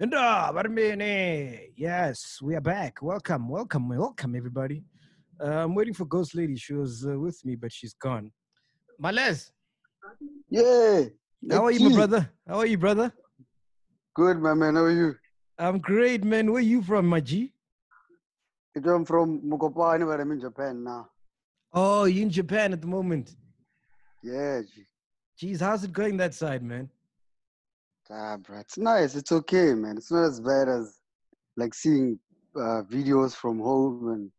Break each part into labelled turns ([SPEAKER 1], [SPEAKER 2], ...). [SPEAKER 1] And uh, what a minute. Yes, we are back. Welcome, welcome, welcome, everybody. Uh, I'm waiting for Ghost Lady. She was uh, with me, but she's gone. Malez,
[SPEAKER 2] Yeah.
[SPEAKER 1] how are you, my brother? How are you, brother?
[SPEAKER 2] Good, my man. How are you?
[SPEAKER 1] I'm great, man. Where you from, my G?
[SPEAKER 2] I'm from Mukopani, but I'm in Japan now.
[SPEAKER 1] Oh, you in Japan at the moment.
[SPEAKER 2] Yeah, G.
[SPEAKER 1] Jeez, how's it going that side, man?
[SPEAKER 2] Ah, bro. It's nice. It's okay, man. It's not as bad as like seeing uh, videos from home and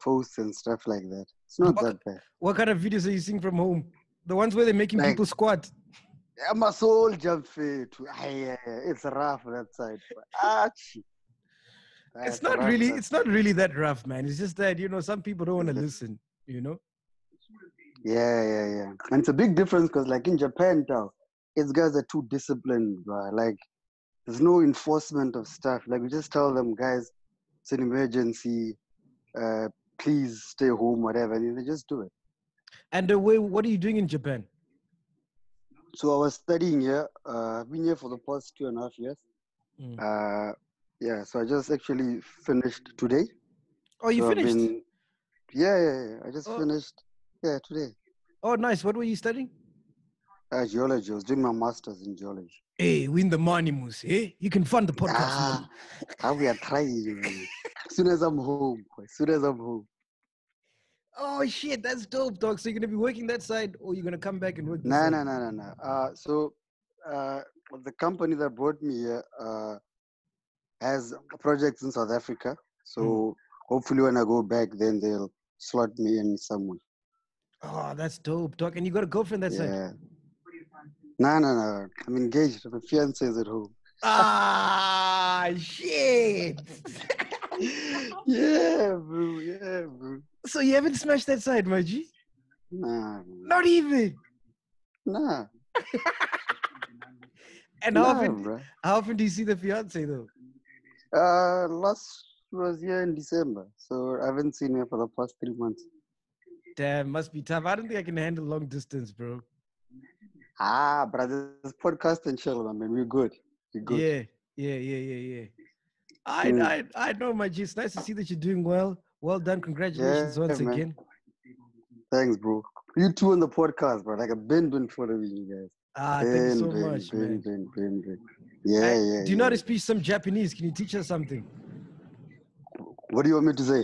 [SPEAKER 2] posts and stuff like that. It's not that bad.
[SPEAKER 1] What kind of videos are you seeing from home? The ones where they're making
[SPEAKER 2] Like-
[SPEAKER 1] people squat.
[SPEAKER 2] Yeah, my soul jump fit. Ah, yeah, yeah. It's rough that side. But, ah, gee. Ah,
[SPEAKER 1] It's not
[SPEAKER 2] rough
[SPEAKER 1] really,
[SPEAKER 2] that-
[SPEAKER 1] it's not really that rough, man. It's just that you know some people don't want to listen. You know.
[SPEAKER 2] Yeah, yeah, yeah. And it's a big difference because, like in Japan, now, these guys are too disciplined, bro. Like, there's no enforcement of stuff. Like, we just tell them, guys, it's an emergency. Uh, please stay home, whatever. And they just do it.
[SPEAKER 1] And uh, where, what are you doing in Japan?
[SPEAKER 2] So I was studying here. Uh, I've been here for the past two and a half years.
[SPEAKER 1] Mm.
[SPEAKER 2] Uh, yeah. So I just actually finished today.
[SPEAKER 1] Oh, you
[SPEAKER 2] So I've
[SPEAKER 1] finished.
[SPEAKER 2] been- yeah, yeah, yeah. I just
[SPEAKER 1] Oh.
[SPEAKER 2] finished. Yeah, today.
[SPEAKER 1] Oh, nice. What were you studying?
[SPEAKER 2] Uh, geology. I was doing my masters in geology.
[SPEAKER 1] Hey, win the money, Moose. Hey, you can fund the podcast.
[SPEAKER 2] Ah, how we are trying. man. As soon as I'm home, boy, as soon as I'm home.
[SPEAKER 1] Oh shit, that's dope, dog. So you're gonna be working that side, or you're gonna come back and work? this
[SPEAKER 2] No,
[SPEAKER 1] side?
[SPEAKER 2] no, no, no, no. Uh, so uh, the company that brought me here uh, has projects in South Africa. So
[SPEAKER 1] Hmm.
[SPEAKER 2] hopefully, when I go back, then they'll slot me in somewhere.
[SPEAKER 1] Oh, that's dope, dog. And you got a girlfriend that side?
[SPEAKER 2] yeah. No, no, no. I'm engaged. My fiance is at home.
[SPEAKER 1] Ah, shit.
[SPEAKER 2] yeah, bro. Yeah, bro.
[SPEAKER 1] so you haven't smashed that side, my G?
[SPEAKER 2] Nah, man.
[SPEAKER 1] Not even.
[SPEAKER 2] nah.
[SPEAKER 1] And how
[SPEAKER 2] nah,
[SPEAKER 1] often?
[SPEAKER 2] bruh.
[SPEAKER 1] How often do you see the fiance though?
[SPEAKER 2] Uh, last was here in December, so I haven't seen her for the past three months.
[SPEAKER 1] Damn, must be tough. I don't think I can handle long distance, bro.
[SPEAKER 2] Ah, brother, this podcast and chill, my man. We're good. We're good.
[SPEAKER 1] Yeah, yeah, yeah, yeah, yeah. I,
[SPEAKER 2] Mm.
[SPEAKER 1] I, I know, my G. It's nice to see that you're doing well. Well done. Congratulations
[SPEAKER 2] Yeah,
[SPEAKER 1] once
[SPEAKER 2] man.
[SPEAKER 1] again.
[SPEAKER 2] Thanks, bro. You two on the podcast, bro. Like I've been been following you guys.
[SPEAKER 1] Ah, thank you
[SPEAKER 2] Been,
[SPEAKER 1] so
[SPEAKER 2] been,
[SPEAKER 1] much,
[SPEAKER 2] been,
[SPEAKER 1] man.
[SPEAKER 2] been, been, been. Yeah,
[SPEAKER 1] Hey,
[SPEAKER 2] yeah.
[SPEAKER 1] Do you
[SPEAKER 2] yeah.
[SPEAKER 1] know how to speak some Japanese? Can you teach us something?
[SPEAKER 2] What do you want me to say?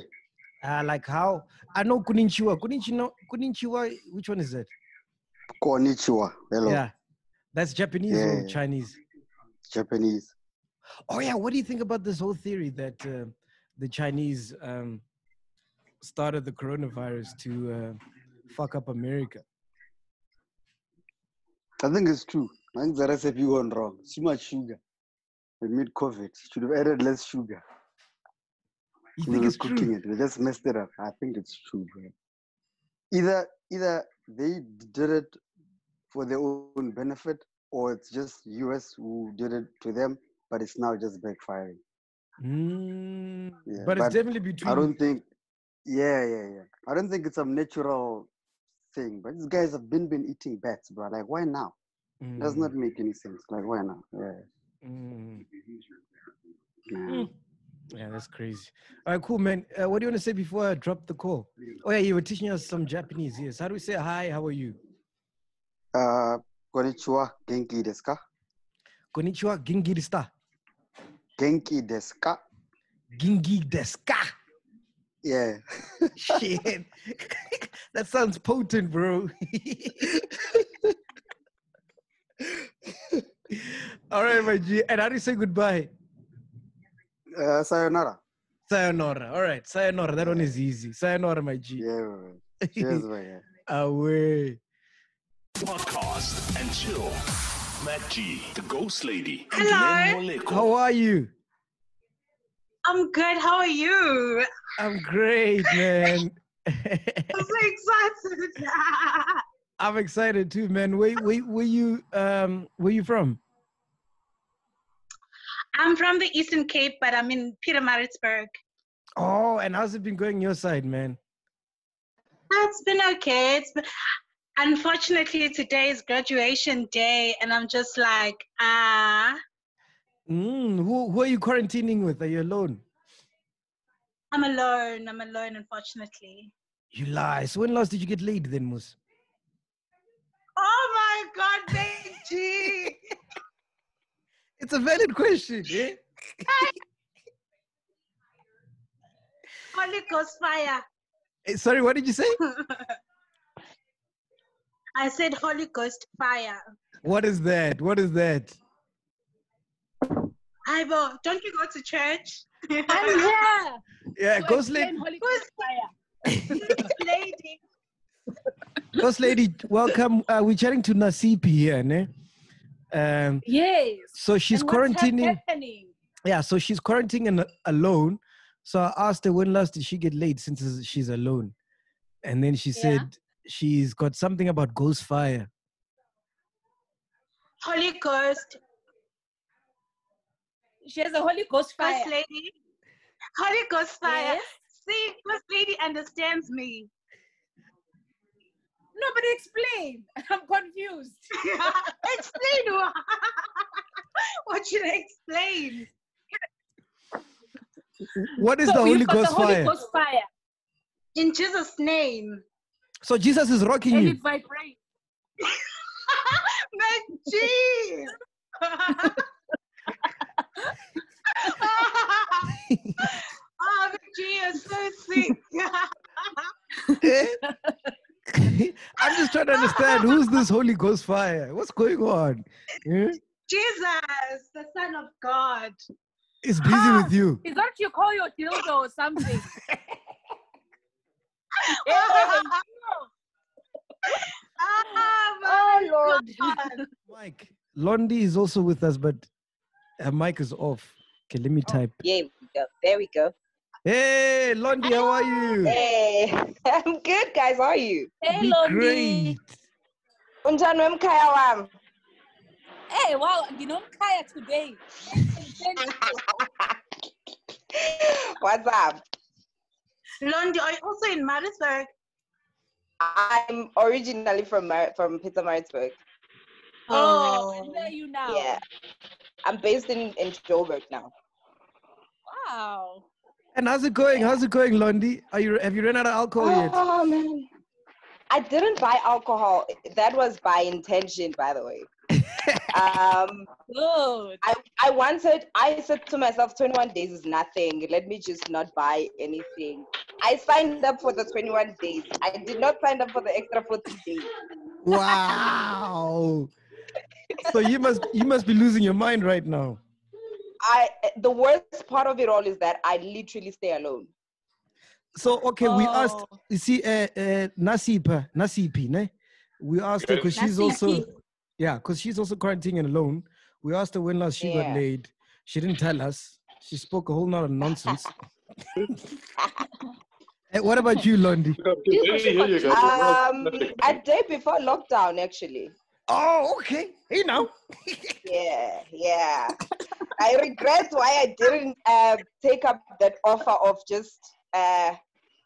[SPEAKER 1] Uh, like how? I know konnichiwa. Konnichiwa. Konnichiwa. Which one is that?
[SPEAKER 2] Konnichiwa. Hello.
[SPEAKER 1] Yeah. That's Japanese
[SPEAKER 2] Yeah,
[SPEAKER 1] or
[SPEAKER 2] yeah.
[SPEAKER 1] Chinese?
[SPEAKER 2] Japanese.
[SPEAKER 1] Oh, yeah. What do you think about this whole theory that uh, the Chinese um, started the coronavirus to uh, fuck up America?
[SPEAKER 2] I think it's true. I think the recipe gone wrong. It's too much sugar. We made COVID. Should have added less sugar.
[SPEAKER 1] You
[SPEAKER 2] we
[SPEAKER 1] think
[SPEAKER 2] were
[SPEAKER 1] it's
[SPEAKER 2] cooking
[SPEAKER 1] true?
[SPEAKER 2] it. We just messed it up. I think it's true, bro. Either either they did it for their own benefit, or it's just US who did it to them, but it's now just backfiring.
[SPEAKER 1] Mm,
[SPEAKER 2] Yeah,
[SPEAKER 1] but, it's
[SPEAKER 2] but
[SPEAKER 1] definitely between.
[SPEAKER 2] I don't think. Yeah, yeah, yeah. I don't think it's some natural thing. But these guys have been been eating bats, bro. Like why now? Does
[SPEAKER 1] Mm,
[SPEAKER 2] not make any sense. Like why now? Yeah.
[SPEAKER 1] mm.
[SPEAKER 2] nah.
[SPEAKER 1] Mm. Yeah, that's crazy. All right, cool, man. Uh, what do you want to say before I drop the call? Oh, yeah, you were teaching us some Japanese. Yes. How do we say hi? How are you?
[SPEAKER 2] Uh, konnichiwa, genki desu ka?
[SPEAKER 1] Konnichiwa, Gingi desu ta.
[SPEAKER 2] Genki desu ka?
[SPEAKER 1] Gingi desu ka.
[SPEAKER 2] Yeah.
[SPEAKER 1] Shit. that sounds potent, bro. All right, my G. And how do you say goodbye?
[SPEAKER 2] Uh, sayonara.
[SPEAKER 1] Sayonara. All right, sayonara. That one is easy. Sayonara, my G.
[SPEAKER 2] Yeah, man. Cheers, man.
[SPEAKER 1] Away.
[SPEAKER 3] Podcast and chill. Matt G, the Ghost Lady. and
[SPEAKER 4] Hello.
[SPEAKER 3] Glenn Moleko.
[SPEAKER 1] How are you?
[SPEAKER 4] I'm good. How are you?
[SPEAKER 1] I'm great, man.
[SPEAKER 4] I'm so excited.
[SPEAKER 1] I'm excited too, man. Where, where, where you um where you from?
[SPEAKER 4] I'm from the Eastern Cape, but I'm in Peter Maritzburg.
[SPEAKER 1] Oh, and how's it been going your side, man?
[SPEAKER 4] It's been okay. It's been, unfortunately today is graduation day, and I'm just like, ah,
[SPEAKER 1] Mm, who who are you quarantining with? Are you alone?
[SPEAKER 4] I'm alone. I'm alone. Unfortunately.
[SPEAKER 1] You lie. So when last did you get laid then, Moose?
[SPEAKER 4] Oh my God, Big G.
[SPEAKER 1] It's a valid question, eh? yeah?
[SPEAKER 4] Holy Ghost fire.
[SPEAKER 1] Eh, Sorry, what did you say?
[SPEAKER 4] I said Holy Ghost fire.
[SPEAKER 1] What is that? What is that?
[SPEAKER 4] Ivo, don't you go to church?
[SPEAKER 5] I'm here.
[SPEAKER 1] Yeah,
[SPEAKER 5] to
[SPEAKER 1] ghost
[SPEAKER 5] explain
[SPEAKER 1] lady,
[SPEAKER 5] Holy
[SPEAKER 4] Who's
[SPEAKER 5] Fire.
[SPEAKER 4] lady?
[SPEAKER 1] ghost lady, welcome. Uh, we're chatting to Nasipi here, ne? Um,
[SPEAKER 5] Yes.
[SPEAKER 1] so she's
[SPEAKER 5] And what's hap-
[SPEAKER 1] quarantining.
[SPEAKER 5] happening?
[SPEAKER 1] Yeah, so she's quarantining and alone. So I asked her when last did she get laid since is- she's alone, and then she
[SPEAKER 5] Yeah.
[SPEAKER 1] said she's got something about ghost fire.
[SPEAKER 4] Holy Ghost.
[SPEAKER 5] She has a Holy Ghost fire.
[SPEAKER 4] Ghost lady. Holy Ghost fire.
[SPEAKER 5] Yes.
[SPEAKER 4] See, Ghost lady understands me.
[SPEAKER 5] No, but explain. I'm confused.
[SPEAKER 4] explain what? what should I explain?
[SPEAKER 1] What is
[SPEAKER 5] So
[SPEAKER 1] the
[SPEAKER 5] you've
[SPEAKER 1] Holy
[SPEAKER 5] got
[SPEAKER 1] Ghost
[SPEAKER 5] the Holy
[SPEAKER 1] fire?
[SPEAKER 5] Ghost fire,
[SPEAKER 4] In Jesus' name.
[SPEAKER 1] So Jesus is rocking
[SPEAKER 5] and
[SPEAKER 1] you.
[SPEAKER 5] it vibrates.
[SPEAKER 4] Mac G. oh, Mac G, Oh, you're so sick.
[SPEAKER 1] Eh? I'm just trying to understand who's this Holy Ghost fire? What's going on? Eh?
[SPEAKER 4] Jesus, the Son of God.
[SPEAKER 1] It's busy with you.
[SPEAKER 5] Is that what you call your dildo or something?
[SPEAKER 4] Oh, Ah,
[SPEAKER 5] oh
[SPEAKER 4] my
[SPEAKER 5] Lord.
[SPEAKER 4] God.
[SPEAKER 1] Mike, Londi is also with us, but her mic is off. Okay, let me
[SPEAKER 5] Oh.
[SPEAKER 1] type.
[SPEAKER 6] Yeah, we go. There we go.
[SPEAKER 1] Hey, Londi, how are you?
[SPEAKER 6] Hey, I'm good, guys. How are you?
[SPEAKER 5] Hey,
[SPEAKER 1] Be
[SPEAKER 5] Londi.
[SPEAKER 1] great.
[SPEAKER 6] Unjani wemkhaya wami?
[SPEAKER 5] Hey, wow, you know Kaya today.
[SPEAKER 6] What's up?
[SPEAKER 4] Londi, are you also in Maritzburg?
[SPEAKER 6] I'm originally from Mar- from Peter Maritzburg.
[SPEAKER 5] Oh, where are you now?
[SPEAKER 6] Yeah, I'm based in in Joburg now.
[SPEAKER 5] Wow.
[SPEAKER 1] And how's it going? How's it going, Londi? Are you have you run out of alcohol yet?
[SPEAKER 6] Oh man, I didn't buy alcohol. That was by intention, by the way. um,
[SPEAKER 5] Good.
[SPEAKER 6] I I wanted. I said to myself, 21 days is nothing. Let me just not buy anything. I signed up for the 21 days. I did not sign up for the extra 40 days.
[SPEAKER 1] Wow. so you must you must be losing your mind right now.
[SPEAKER 6] I the worst part of it all is that I literally stay alone.
[SPEAKER 1] So okay, we asked.
[SPEAKER 5] Oh.
[SPEAKER 1] You see, uh, uh, Nasipa, Nasipi, ne? We asked her because she's also,
[SPEAKER 5] Nasipi.
[SPEAKER 1] yeah, because she's also quarantining alone. We asked her when last she got
[SPEAKER 6] Yeah.
[SPEAKER 1] laid. She didn't tell us. She spoke a whole lot of nonsense. Eh, what about you, Londi?
[SPEAKER 6] Um, a day before lockdown, actually.
[SPEAKER 1] Oh, okay. Hey now.
[SPEAKER 6] Yeah, yeah. I regret why I didn't uh, take up that offer of just uh,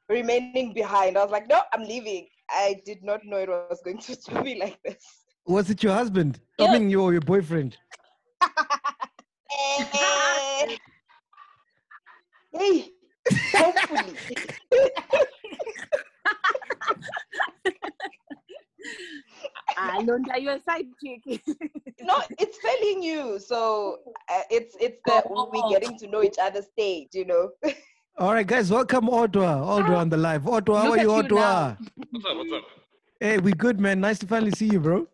[SPEAKER 6] remaining behind. I was like, no, I'm leaving. I did not know it was going to, to be like this.
[SPEAKER 1] Was it your husband?
[SPEAKER 5] Yeah.
[SPEAKER 1] I mean, your your boyfriend.
[SPEAKER 6] Eh. hey, hopefully.
[SPEAKER 7] I learned that you're a side chick.
[SPEAKER 6] no, it's failing you. So uh, it's it's the
[SPEAKER 4] Oh.
[SPEAKER 6] we're getting to know each other stage, you know.
[SPEAKER 1] All right, guys, welcome Odwa. Odwa on the live. Odwa, how
[SPEAKER 7] Look
[SPEAKER 1] are you,
[SPEAKER 7] at you
[SPEAKER 1] Odwa?
[SPEAKER 8] What's up? What's up?
[SPEAKER 1] Hey, we good, man. Nice to finally see you, bro.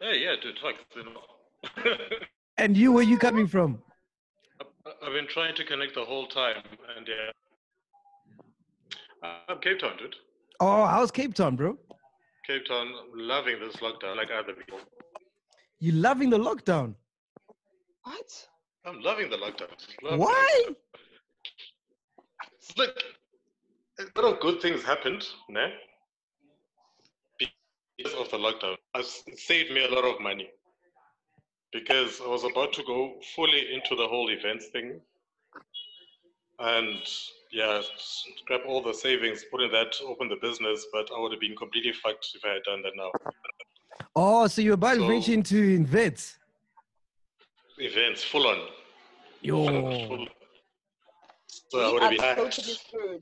[SPEAKER 8] Hey, yeah, dude. Fuck, it's been a while.
[SPEAKER 1] And you, where you coming from?
[SPEAKER 8] I- I've been trying to connect the whole time, and yeah, Uh, I'm Cape Town, dude.
[SPEAKER 1] Oh, how's Cape Town, bro?
[SPEAKER 8] Cape Town, loving this lockdown, like other people.
[SPEAKER 1] You loving the lockdown?
[SPEAKER 6] What?
[SPEAKER 8] I'm loving the lockdown. Loving
[SPEAKER 1] Why?
[SPEAKER 8] it. Look, a lot of good things happened, ne? Because of the lockdown, I s- it saved me a lot of money. Because I was about to go fully into the whole events thing, and yeah, scrap all the savings, put in that, open the business. But I would have been completely fucked if I had done that now.
[SPEAKER 1] Oh, so you're about to
[SPEAKER 8] So-
[SPEAKER 1] reach into invets.
[SPEAKER 8] Events, full on.
[SPEAKER 1] Yo.
[SPEAKER 8] Full- So I
[SPEAKER 6] We
[SPEAKER 8] would have
[SPEAKER 6] are
[SPEAKER 8] been hacked.
[SPEAKER 6] totally screwed.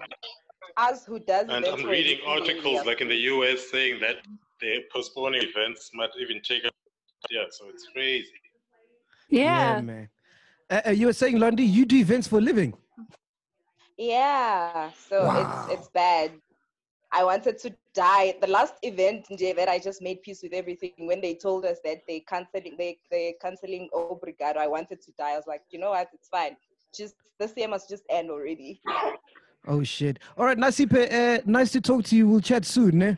[SPEAKER 6] Us who does
[SPEAKER 8] And
[SPEAKER 6] events
[SPEAKER 8] I'm
[SPEAKER 6] for
[SPEAKER 8] reading
[SPEAKER 6] everything, we
[SPEAKER 8] articles
[SPEAKER 6] are-
[SPEAKER 8] like in the US saying that they're postponing events, might even take up. Yeah, so it's crazy.
[SPEAKER 1] Yeah, man. Uh, uh, you were saying, Lundy, you do events for a living.
[SPEAKER 6] Yeah, so it's it's bad. I wanted to die. The last event Jay, that I just made peace with everything when they told us that they canceling they they canceling Obrigado. I wanted to die. I was like, you know what? It's fine. Just this year must just end already.
[SPEAKER 1] Oh, shit. All right, Nasipe, uh, nice to talk to you. We'll chat soon. Eh?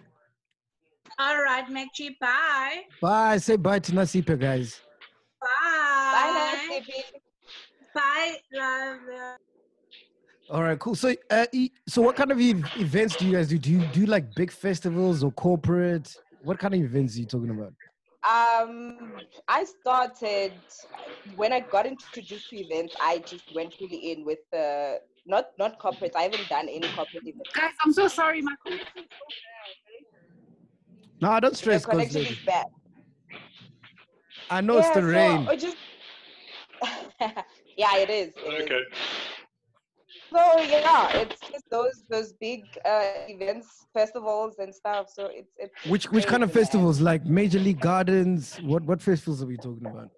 [SPEAKER 4] All right, Maggie, bye.
[SPEAKER 1] Bye. Say bye to Nasipe, guys.
[SPEAKER 4] Bye.
[SPEAKER 6] Bye, Nancy.
[SPEAKER 4] Bye, love.
[SPEAKER 1] All right, cool. So, uh, e- so what kind of e- events do you guys do? Do you do like big festivals or corporate? What kind of events are you talking about?
[SPEAKER 6] Um, I started when I got introduced to events. I just went really in with uh, not not corporate. I haven't done any corporate events.
[SPEAKER 7] Guys, I'm so sorry. My connection is
[SPEAKER 1] No, don't
[SPEAKER 6] The
[SPEAKER 1] stress. Cause
[SPEAKER 6] connection is bad.
[SPEAKER 1] I know it's the
[SPEAKER 6] so
[SPEAKER 1] rain.
[SPEAKER 6] I just yeah, it is. it is.
[SPEAKER 8] Okay.
[SPEAKER 6] So yeah, it's just those those big uh, events, festivals and stuff. So it's it's
[SPEAKER 1] Which which kind of
[SPEAKER 6] crazy, man.
[SPEAKER 1] festivals? Like Major League Gardens? What what festivals are we talking about?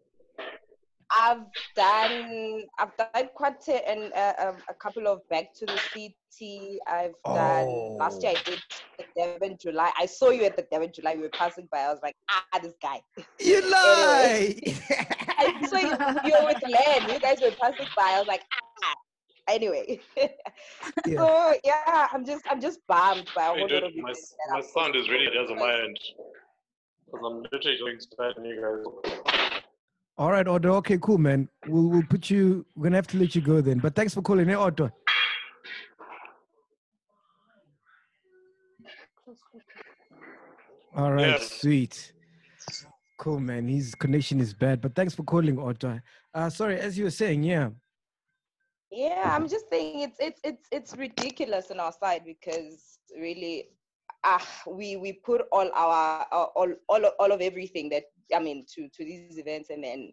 [SPEAKER 6] I've done I've done quite a, and uh, um, a couple of back to the city. I've done last year. I did the Devon July. I saw you at the Devon July. We were passing by. I was like, ah, this guy.
[SPEAKER 1] You
[SPEAKER 6] lie. I saw you.
[SPEAKER 7] broken.
[SPEAKER 6] You were with Len. You guys were passing by. I was like, ah. Anyway,
[SPEAKER 1] Yeah.
[SPEAKER 6] so yeah, I'm just I'm just bummed by a
[SPEAKER 8] Hey,
[SPEAKER 6] whole lot of
[SPEAKER 8] dude, my,
[SPEAKER 6] people.
[SPEAKER 8] s- my sound is really does on my end. 'Cause I'm literally doing bad and you guys.
[SPEAKER 1] All right, Otto. Okay, cool, man. We'll we'll put you. We're gonna have to let you go then. But thanks for calling, eh, Otto. All right,
[SPEAKER 8] Yeah.
[SPEAKER 1] sweet. Cool, man. His connection is bad, but thanks for calling, Otto. Uh, sorry, as you were saying, yeah.
[SPEAKER 6] Yeah, I'm just saying it's it's it's it's ridiculous on our side because really, ah, we we put all our uh, all all all of everything that I mean to to these events and then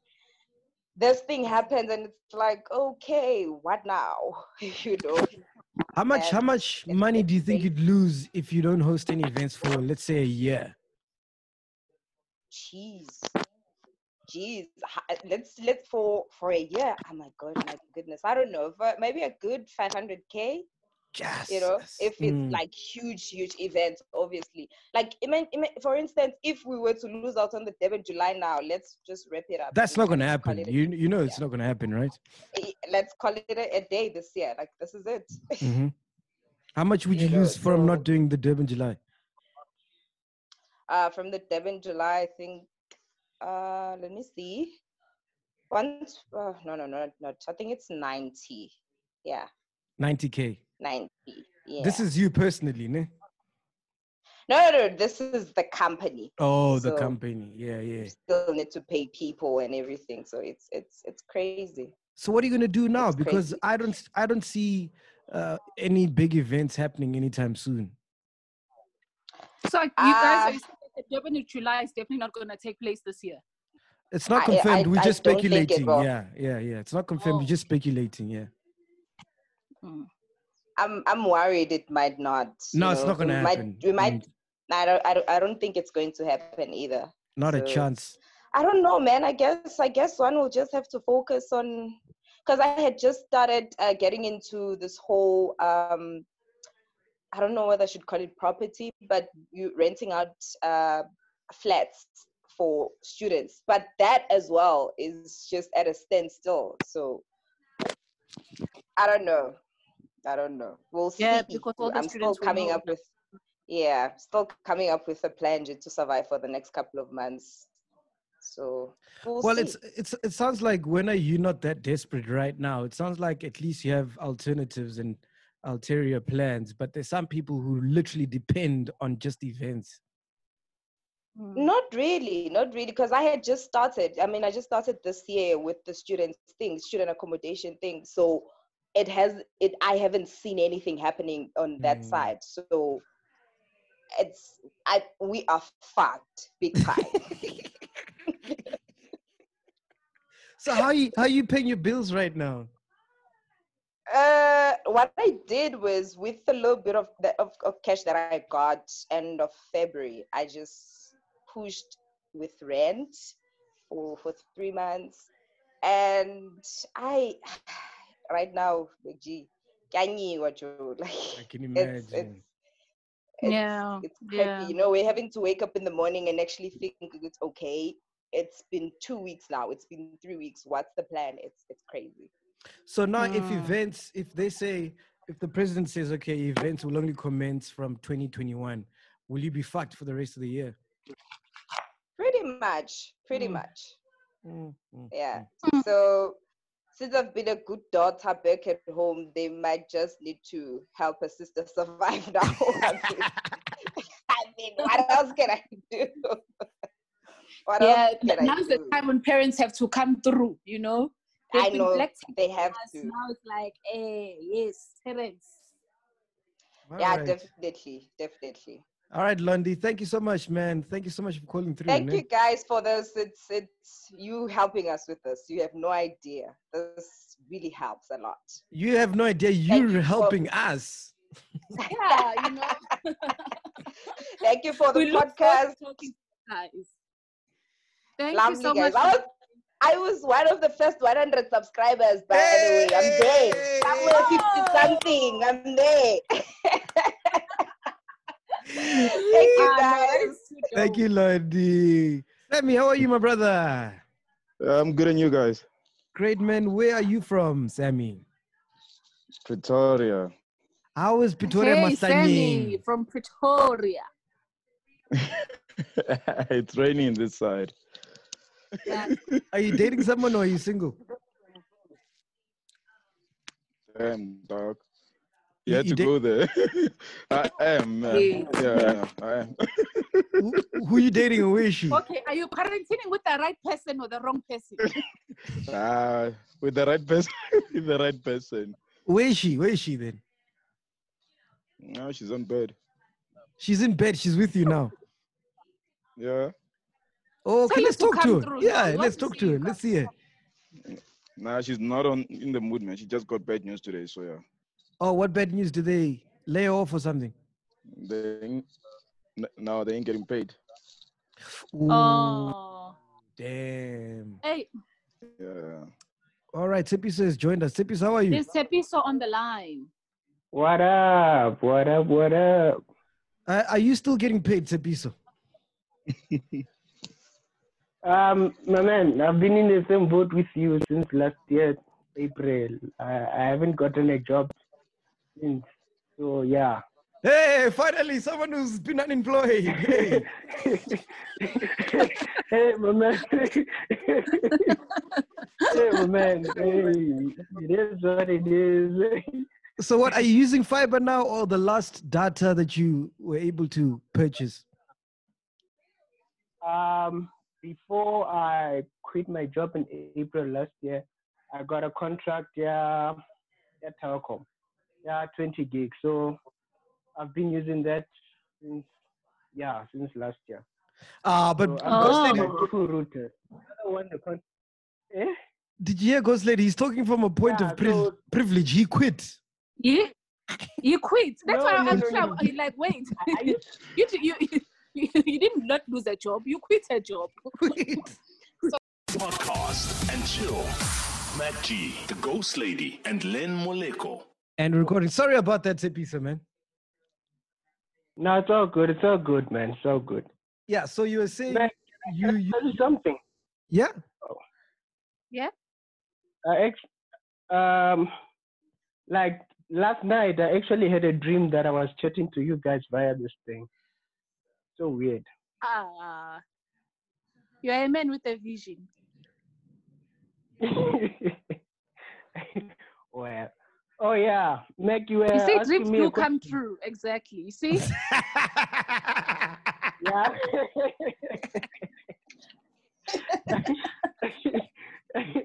[SPEAKER 6] this thing happens and it's like okay, what now? you know?
[SPEAKER 1] How much how
[SPEAKER 6] Um,
[SPEAKER 1] much money do you think you'd lose if you don't host any events for let's say a year?
[SPEAKER 6] Jeez, jeez. ha- Let's let's for for a year. Oh my god, my goodness. I don't know, but maybe a good 500k.
[SPEAKER 1] Yes.
[SPEAKER 6] you know if it's
[SPEAKER 1] Mm.
[SPEAKER 6] like huge huge events obviously like ima- ima- for instance if we were to lose out on the Durban july now let's just wrap it up
[SPEAKER 1] That's
[SPEAKER 6] and
[SPEAKER 1] not gonna
[SPEAKER 6] just call
[SPEAKER 1] happen.
[SPEAKER 6] it a-
[SPEAKER 1] You you know it's not gonna happen, right?
[SPEAKER 6] eh, let's call it a, a day this year like this is it
[SPEAKER 1] hmm How much would you
[SPEAKER 6] You know,
[SPEAKER 1] lose from not doing the Durban July?
[SPEAKER 6] uh from the Durban july i think uh let me see once uh, no no no not i think it's 90 yeah
[SPEAKER 1] 90k.
[SPEAKER 6] 90 yeah
[SPEAKER 1] This is you personally, ne?
[SPEAKER 6] no no this is the company
[SPEAKER 1] Oh, the
[SPEAKER 6] So-
[SPEAKER 1] company. Yeah, yeah.
[SPEAKER 6] still need to pay people and everything so it's it's it's crazy
[SPEAKER 1] So what are you gonna do now?
[SPEAKER 6] It's
[SPEAKER 1] Because
[SPEAKER 6] crazy.
[SPEAKER 1] I don't s- I don't see uh, any big events happening anytime soon.
[SPEAKER 7] So you guys
[SPEAKER 6] Ah.
[SPEAKER 7] are saying that the Durban in July is definitely not going to take place this year.
[SPEAKER 1] It's not
[SPEAKER 6] I- I-
[SPEAKER 1] confirmed. We're
[SPEAKER 6] I
[SPEAKER 1] just
[SPEAKER 6] don't think it
[SPEAKER 1] speculating.
[SPEAKER 6] will. Oh.
[SPEAKER 1] Yeah, yeah, yeah. It's not confirmed.
[SPEAKER 7] Oh.
[SPEAKER 1] We're just speculating. Yeah.
[SPEAKER 7] Mm.
[SPEAKER 6] I'm I'm worried it might not. you
[SPEAKER 1] No, it's
[SPEAKER 6] know.
[SPEAKER 1] not gonna
[SPEAKER 6] we might-
[SPEAKER 1] happen. Mm.
[SPEAKER 6] we might. I don't. I don't. I don't think it's going to happen either.
[SPEAKER 1] Not a
[SPEAKER 6] So-
[SPEAKER 1] chance.
[SPEAKER 6] I don't know, man. I guess. I guess one will just have to focus on because I had just started uh, getting into this whole. Um, I don't know whether I should call it property, but you renting out uh, flats for students. But that as well is just at a standstill. So I don't know. I don't know. We'll see.
[SPEAKER 7] Yeah, because all the
[SPEAKER 6] I'm still
[SPEAKER 7] students will
[SPEAKER 6] coming
[SPEAKER 7] know.
[SPEAKER 6] up with yeah, still coming up with a plan just to survive for the next couple of months. So we'll,
[SPEAKER 1] Well,
[SPEAKER 6] see.
[SPEAKER 1] it's it's it sounds like when are you not that desperate right now? It sounds like at least you have alternatives and ulterior plans. But there's some people who literally depend on just events.
[SPEAKER 7] Hmm.
[SPEAKER 6] Not really, not really, because I had just started. I mean, I just started this year with the students thing, student accommodation thing. So it has it. I haven't seen anything happening on
[SPEAKER 1] Hmm.
[SPEAKER 6] that side. So it's I we are fucked big time.
[SPEAKER 1] So how you how you paying your bills right now?
[SPEAKER 6] Uh, what I did was with the little bit of, the, of of cash that I got end of February, I just pushed with rent for for three months, and I right now, like, gee, can you what you like?
[SPEAKER 1] I can
[SPEAKER 6] It's,
[SPEAKER 1] imagine.
[SPEAKER 6] it's, it's,
[SPEAKER 7] Yeah,
[SPEAKER 6] it's crappy.
[SPEAKER 7] yeah.
[SPEAKER 6] You know, we're having to wake up in the morning and actually think it's okay. It's been two weeks now. It's been three weeks. What's the plan? It's it's crazy.
[SPEAKER 1] So now, if
[SPEAKER 6] Mm.
[SPEAKER 1] events, if they say, if the president says, okay, events will only commence from 2021, will you be fucked for the rest of the year?
[SPEAKER 6] Pretty much, pretty
[SPEAKER 1] Mm.
[SPEAKER 6] much.
[SPEAKER 1] mm,
[SPEAKER 6] Yeah. So since I've been a good daughter back at home, they might just need to help a sister survive now. I mean, I mean, what else can I do? what
[SPEAKER 7] yeah,
[SPEAKER 6] else
[SPEAKER 7] n-
[SPEAKER 6] can I
[SPEAKER 7] now's the
[SPEAKER 6] do?
[SPEAKER 7] time when parents have to come through, you know? They've
[SPEAKER 6] I
[SPEAKER 7] been
[SPEAKER 6] know
[SPEAKER 7] black
[SPEAKER 6] they have
[SPEAKER 7] us.
[SPEAKER 6] to.
[SPEAKER 7] Now it's like, eh, yes, parents.
[SPEAKER 6] yeah,
[SPEAKER 1] Alright.
[SPEAKER 6] definitely, definitely.
[SPEAKER 1] All right, Londi, thank you so much, man. Thank you so much for calling through.
[SPEAKER 6] Thank
[SPEAKER 1] man.
[SPEAKER 6] you guys for this. It's it's you helping us with this. You have no idea. This really helps a lot.
[SPEAKER 1] You have no idea you're helping us.
[SPEAKER 7] Yeah, you know.
[SPEAKER 6] Thank you for the
[SPEAKER 7] We look forward
[SPEAKER 6] podcast.
[SPEAKER 7] to talking to you guys. Thank you
[SPEAKER 6] Lovely
[SPEAKER 7] so
[SPEAKER 6] guys.
[SPEAKER 7] much.
[SPEAKER 6] I was, I was one of the first 100 subscribers, by the way. I'm there. Somewhere 50
[SPEAKER 7] Oh!
[SPEAKER 6] something. I'm there.
[SPEAKER 7] Ah,
[SPEAKER 6] Thank you guys.
[SPEAKER 1] Thank you, Londi. Sammy, how are you, my brother?
[SPEAKER 9] Uh, I'm good and you guys.
[SPEAKER 1] Great, man. Where are you from, Sammy?
[SPEAKER 9] Pretoria.
[SPEAKER 1] How is Pretoria
[SPEAKER 7] Hey,
[SPEAKER 1] Masanyeng?
[SPEAKER 7] Sammy from Pretoria.
[SPEAKER 9] it's raining this side.
[SPEAKER 1] Are you dating someone or are you single?
[SPEAKER 9] Damn, dog.
[SPEAKER 1] You
[SPEAKER 9] You had to
[SPEAKER 1] you date-
[SPEAKER 9] go there. I am, man.
[SPEAKER 7] Yeah.
[SPEAKER 9] Yeah, I am.
[SPEAKER 1] who, who you dating and where is she?
[SPEAKER 7] Okay, are you quarantining with the right person or the wrong person?
[SPEAKER 9] Ah, with the right person. with the right person.
[SPEAKER 1] Where is she? Where is she then?
[SPEAKER 9] Now she's on bed.
[SPEAKER 1] She's in bed. She's with you now. Oh,
[SPEAKER 9] Yeah.
[SPEAKER 1] Okay,
[SPEAKER 9] Tell
[SPEAKER 1] let's
[SPEAKER 9] her to
[SPEAKER 1] talk to
[SPEAKER 9] come
[SPEAKER 1] her.
[SPEAKER 9] through.
[SPEAKER 1] yeah,
[SPEAKER 9] We want
[SPEAKER 1] let's
[SPEAKER 9] to
[SPEAKER 1] talk
[SPEAKER 9] see
[SPEAKER 1] to
[SPEAKER 9] you
[SPEAKER 1] her. Let's see her.
[SPEAKER 9] Nah, she's not on in the mood, man. She just got bad news today, so yeah.
[SPEAKER 1] Oh, what bad news? Did they lay her off or something?
[SPEAKER 9] They ain't, n- no, they ain't getting paid.
[SPEAKER 7] Oh,
[SPEAKER 1] Damn.
[SPEAKER 7] hey,
[SPEAKER 9] Yeah.
[SPEAKER 1] All right, Tipiso has joined us. Tipiso, how are you?
[SPEAKER 7] there's Tepiso on the line.
[SPEAKER 10] What up? What up? What up?
[SPEAKER 1] Uh, are you still getting paid, Tipiso?
[SPEAKER 10] Um, my man, I've been in the same boat with you since last year, April. I, I haven't gotten a job since. So yeah.
[SPEAKER 1] Hey, finally, someone who's been unemployed. Hey.
[SPEAKER 10] Hey, my man. hey, my man. Hey, it is what it is.
[SPEAKER 1] so, what are you using fiber now or the last data that you were able to purchase?
[SPEAKER 10] Um, before I quit my job in April last year, I got a contract yeah, at Telecom, yeah, 20 gigs. So I've been using that since yeah, since last year.
[SPEAKER 1] Ah, but
[SPEAKER 10] So Oh. I've got
[SPEAKER 1] Ghost
[SPEAKER 10] my
[SPEAKER 1] Lady-
[SPEAKER 10] two routers. Another one, the con- eh?
[SPEAKER 1] did you hear Ghost Lady? He's talking from a point
[SPEAKER 10] Yeah,
[SPEAKER 1] of priv- privilege. He quit.
[SPEAKER 7] Yeah.
[SPEAKER 6] You quit. That's
[SPEAKER 11] No,
[SPEAKER 6] why
[SPEAKER 11] no,
[SPEAKER 6] I'm
[SPEAKER 11] no, no.
[SPEAKER 6] sure. Like, wait, you, you, you, you, you didn't not lose a job. You quit a job.
[SPEAKER 3] Podcast and chill. Matt G, the Ghost Lady, and Len Moleko.
[SPEAKER 1] And recording. Sorry about that, Tepisa, man.
[SPEAKER 10] No, it's all good. It's all good, man. It's all good.
[SPEAKER 1] Yeah, so you were saying
[SPEAKER 10] you, something.
[SPEAKER 1] Yeah.
[SPEAKER 6] Yeah.
[SPEAKER 10] Uh, ex- um, like last night, I actually had a dream that I was chatting to you guys via this thing. So weird.
[SPEAKER 6] Ah, you are a man with a vision.
[SPEAKER 10] Well, oh yeah, Meg, you were
[SPEAKER 6] you see,
[SPEAKER 10] asking
[SPEAKER 6] dreams
[SPEAKER 10] me a
[SPEAKER 6] do
[SPEAKER 10] question.
[SPEAKER 6] come true. Exactly. You see.
[SPEAKER 10] yeah.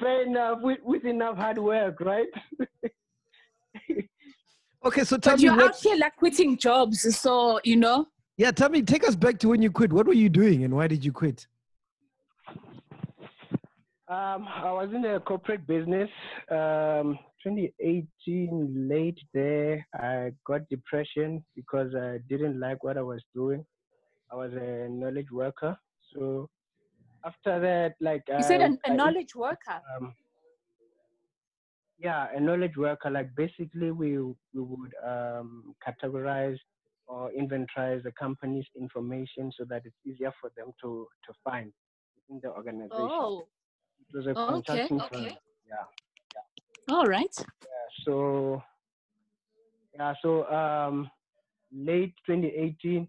[SPEAKER 10] Fair enough. With, with enough hard work, right?
[SPEAKER 1] Okay, so tell
[SPEAKER 6] But
[SPEAKER 1] me
[SPEAKER 6] you're out
[SPEAKER 1] what.
[SPEAKER 6] here like quitting jobs, so you know.
[SPEAKER 1] Yeah, tell me, take us back to when you quit. What were you doing and why did you quit?
[SPEAKER 10] Um, I was in the corporate business. Um, 2018, late there, I got depression because I didn't like what I was doing. I was a knowledge worker, so after that, like
[SPEAKER 6] You said
[SPEAKER 10] I-
[SPEAKER 6] an, a
[SPEAKER 10] I-
[SPEAKER 6] knowledge worker.
[SPEAKER 10] um, yeah, a knowledge worker. Like basically, we we would um, categorize or inventorize the company's information so that it's easier for them to to find in the organization.
[SPEAKER 6] Oh,
[SPEAKER 10] It was a
[SPEAKER 6] Oh, okay,
[SPEAKER 10] consulting
[SPEAKER 6] okay.
[SPEAKER 10] firm. Yeah.
[SPEAKER 6] all right.
[SPEAKER 10] Yeah, so yeah, so um, late 2018,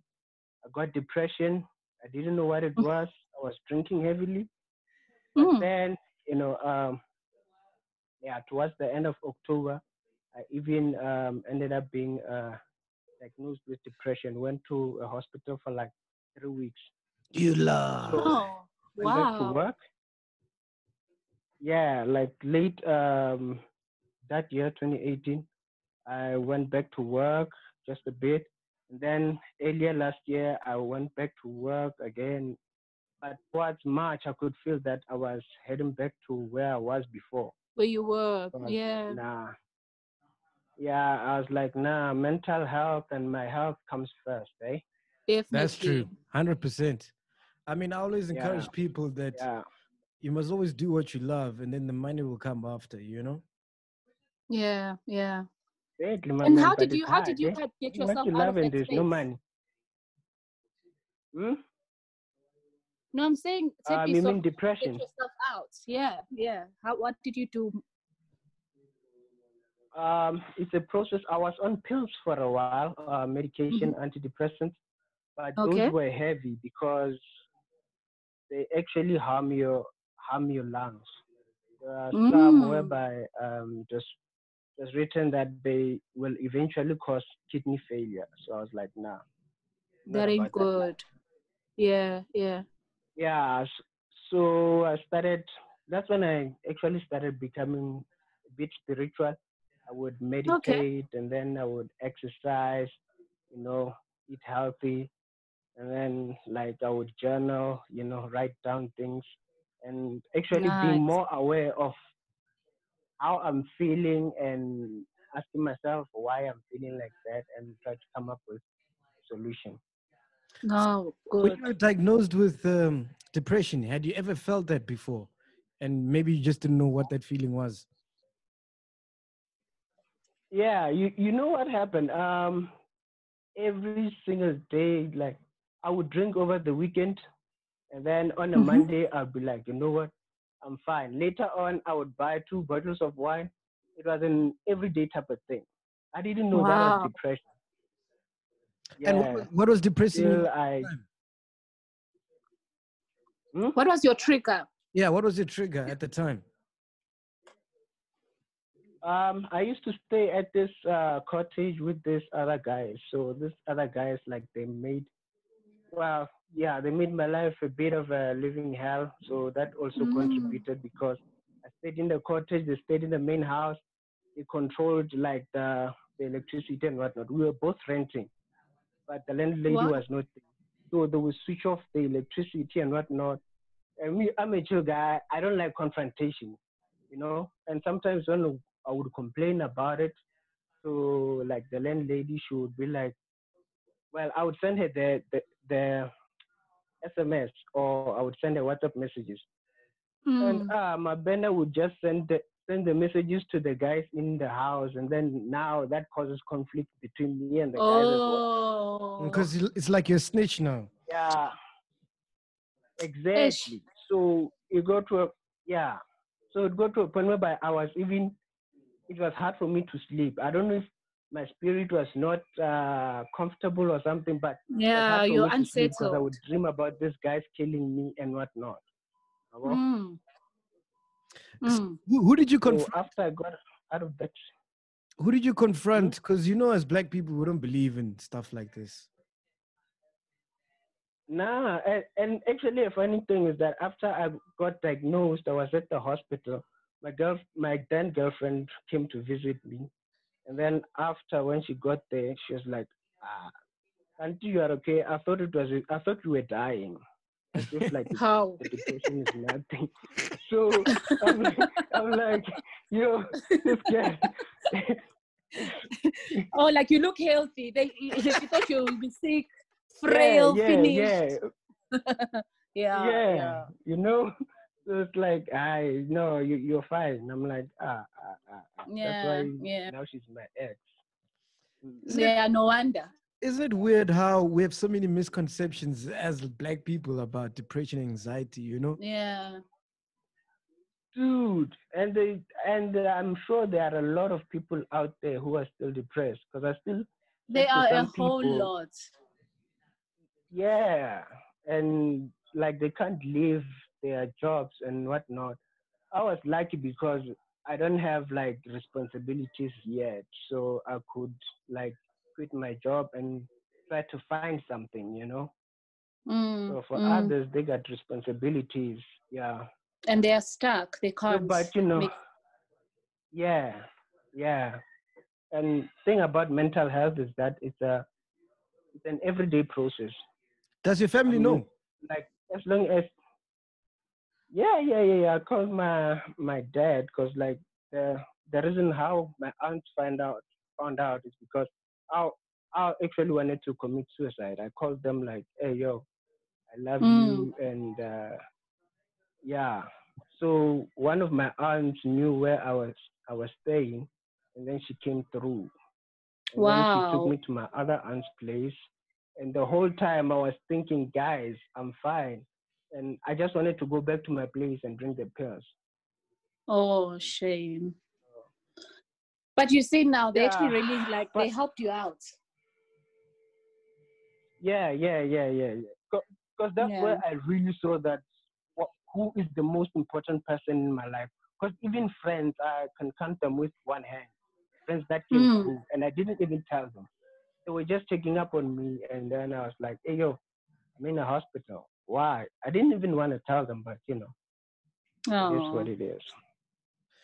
[SPEAKER 10] I got depression. I didn't know what it
[SPEAKER 6] Mm.
[SPEAKER 10] was. I was drinking heavily. But
[SPEAKER 6] Hmm.
[SPEAKER 10] then, you know, um, yeah, towards the end of October, I even um, ended up being uh, diagnosed with depression. Went to a hospital for like three weeks.
[SPEAKER 1] You love.
[SPEAKER 6] Oh,
[SPEAKER 10] Went back to
[SPEAKER 6] wow.
[SPEAKER 10] work. Yeah, like late um, that year, 2018, I went back to work just a bit. And then earlier last year, I went back to work again. But towards March, I could feel that I was heading back to where I was before.
[SPEAKER 6] Where you work?
[SPEAKER 10] I was like,
[SPEAKER 6] Yeah.
[SPEAKER 10] Nah. Yeah, I was like, nah, mental health and my health comes first, eh?
[SPEAKER 6] Definitely.
[SPEAKER 1] That's true. 100%. I mean, I always
[SPEAKER 10] Yeah.
[SPEAKER 1] encourage people that you must always do what you love and then the money will come after, you know?
[SPEAKER 6] Yeah, yeah.
[SPEAKER 10] Exactly, my
[SPEAKER 6] And
[SPEAKER 10] man,
[SPEAKER 6] how
[SPEAKER 10] but
[SPEAKER 6] did you
[SPEAKER 10] it's
[SPEAKER 6] how did
[SPEAKER 10] hard,
[SPEAKER 6] you
[SPEAKER 10] eh?
[SPEAKER 6] get get
[SPEAKER 10] Do what
[SPEAKER 6] yourself
[SPEAKER 10] you
[SPEAKER 6] out
[SPEAKER 10] love
[SPEAKER 6] of
[SPEAKER 10] and
[SPEAKER 6] that
[SPEAKER 10] there's no
[SPEAKER 6] space?
[SPEAKER 10] money. Hmm?
[SPEAKER 6] No, I'm saying
[SPEAKER 10] Um,
[SPEAKER 6] Tepi,
[SPEAKER 10] you
[SPEAKER 6] so
[SPEAKER 10] mean
[SPEAKER 6] get
[SPEAKER 10] depression?
[SPEAKER 6] yourself out. Yeah, yeah. How what did you do?
[SPEAKER 10] Um, it's a process. I was on pills for a while, uh, medication, antidepressants, but
[SPEAKER 6] Mm-hmm. Okay.
[SPEAKER 10] those were heavy because they actually harm your harm your lungs. There are some
[SPEAKER 6] Mm.
[SPEAKER 10] whereby um, just was written that they will eventually cause kidney failure. So I was like, nah, not
[SPEAKER 6] That ain't
[SPEAKER 10] about that.
[SPEAKER 6] good. Yeah, yeah.
[SPEAKER 10] Yeah. s- So I started, that's when I actually started becoming a bit spiritual. I would meditate and then I would exercise, you know, eat healthy. And then, like, I would journal, you know, write down things and actually be
[SPEAKER 6] Nice.
[SPEAKER 10] more aware of how I'm feeling and asking myself why I'm feeling like that and try to come up with a solution.
[SPEAKER 6] No,
[SPEAKER 1] When
[SPEAKER 6] good.
[SPEAKER 1] you were diagnosed with um, depression, had you ever felt that before? And maybe you just didn't know what that feeling was.
[SPEAKER 10] Yeah, you you know what happened? Um, every single day, like I would drink over the weekend, and then on a
[SPEAKER 1] Mm-hmm.
[SPEAKER 6] Mhm.
[SPEAKER 10] Monday I'd be like, you know what, I'm fine. Later on, I would buy two bottles of wine. It was an everyday type of thing. I didn't know that was
[SPEAKER 6] Wow.
[SPEAKER 10] depression. Yeah.
[SPEAKER 1] And what was, what was depressing you?
[SPEAKER 10] Till I.
[SPEAKER 6] What was your trigger?
[SPEAKER 1] Yeah, what was your trigger at the time?
[SPEAKER 10] Um, I used to stay at this uh, cottage with this other guy. So this other guy is like they made, well, yeah, they made my life a bit of a living hell. So that also
[SPEAKER 6] Mm.
[SPEAKER 10] contributed because I stayed in the cottage. They stayed in the main house. They controlled like the, the electricity and whatnot. We were both renting, but the landlady
[SPEAKER 6] Wow.
[SPEAKER 10] was not. So they would switch off the electricity and whatnot. And me, I'm a chill guy. I don't like confrontation you know. And sometimes when I would complain about it, So like the landlady, she would be like, well, I would send her the the, the SMS or I would send her WhatsApp messages,
[SPEAKER 6] Hmm.
[SPEAKER 7] Mm.
[SPEAKER 10] and uh, my banner would just send the send the messages to the guys in the house, and then now that causes conflict between me and the guys as well.
[SPEAKER 7] Oh.
[SPEAKER 1] Because it's like you're a snitch now.
[SPEAKER 10] Yeah. Exactly. So you go to a yeah. So it got to a point whereby I was even it was hard for me to sleep. I don't know if my spirit was not uh, comfortable or something, but it was
[SPEAKER 7] Yeah,
[SPEAKER 10] hard for
[SPEAKER 7] you're
[SPEAKER 10] me to sleep 'cause I
[SPEAKER 7] unsettled.
[SPEAKER 10] would dream about these guys killing me and whatnot. Hello?
[SPEAKER 7] Mm.
[SPEAKER 6] Hmm.
[SPEAKER 7] Mm.
[SPEAKER 1] Who, who did you
[SPEAKER 10] So ah.
[SPEAKER 1] confront?
[SPEAKER 10] after I got out of that,
[SPEAKER 1] Who did you
[SPEAKER 10] Mm.
[SPEAKER 1] confront? Because you know, as black people, we don't believe in stuff like this.
[SPEAKER 10] nah. And, and actually, a funny thing is that after I got diagnosed, I was at the hospital. My girl, my then girlfriend came to visit me, and then after when she got there, she was like, "Ah, until you are okay, I thought it was, I thought you were dying." As if like the-
[SPEAKER 7] How?
[SPEAKER 10] the depression is nothing. So I'm like, I'm like, yo, this guy,
[SPEAKER 7] Oh, like you look healthy. They she thought you would be sick, frail,
[SPEAKER 10] yeah,
[SPEAKER 7] finished.
[SPEAKER 10] yeah,
[SPEAKER 7] Yeah.
[SPEAKER 10] yeah, you know. So it's like, I no, you you're fine. And I'm like, ah, ah, ah, ah. That's
[SPEAKER 7] Yeah,
[SPEAKER 10] why
[SPEAKER 7] yeah.
[SPEAKER 10] now she's my ex.
[SPEAKER 1] Is it-
[SPEAKER 7] Yeah, no wonder.
[SPEAKER 1] Isn't it weird how we have so many misconceptions as black people about depression and anxiety, you know?
[SPEAKER 7] Yeah.
[SPEAKER 10] Dude, and they and I'm sure there are a lot of people out there who are still depressed because I still
[SPEAKER 7] There
[SPEAKER 10] talk to
[SPEAKER 7] are a
[SPEAKER 10] some
[SPEAKER 7] whole
[SPEAKER 10] people,
[SPEAKER 7] lot.
[SPEAKER 10] Yeah, and like they can't leave their jobs and whatnot. I was lucky because I don't have like responsibilities yet, so I could like quit my job and try to find something, you know.
[SPEAKER 7] Mm,
[SPEAKER 10] So for
[SPEAKER 7] mm.
[SPEAKER 10] others, they got responsibilities. Yeah.
[SPEAKER 7] And they are stuck. They
[SPEAKER 10] So,
[SPEAKER 7] can't.
[SPEAKER 10] but you know,
[SPEAKER 7] make-
[SPEAKER 10] yeah, yeah. And thing about mental health is that it's a it's an everyday process.
[SPEAKER 1] Does your family
[SPEAKER 10] I mean,
[SPEAKER 1] know?
[SPEAKER 10] Like as long as Yeah, yeah, yeah, yeah. I called my my dad because like the the reason how my aunt find out found out is because I I actually wanted to commit suicide. I called them like, hey yo, I love
[SPEAKER 7] Mm.
[SPEAKER 10] you and uh, yeah. So one of my aunts knew where I was I was staying, and then she came through. And then she took
[SPEAKER 7] Wow.
[SPEAKER 10] me to my other aunt's place. And the whole time I was thinking, guys, I'm fine. And I just wanted to go back to my place and drink the pills.
[SPEAKER 7] Oh, shame. But you see now, they actually
[SPEAKER 10] Yeah,
[SPEAKER 7] really like, they helped you out.
[SPEAKER 10] Yeah, yeah, yeah, yeah, yeah. Because that's
[SPEAKER 7] Yeah.
[SPEAKER 10] where I really saw that what, who is the most important person in my life. Because even friends, I can count them with one hand. Friends that came
[SPEAKER 7] Mm.
[SPEAKER 10] through, and I didn't even tell them. They were just checking up on me, and then I was like, "Hey, yo, I'm in a hospital. Why? I didn't even want to tell them, but you know, it is what
[SPEAKER 7] Oh,
[SPEAKER 10] it is.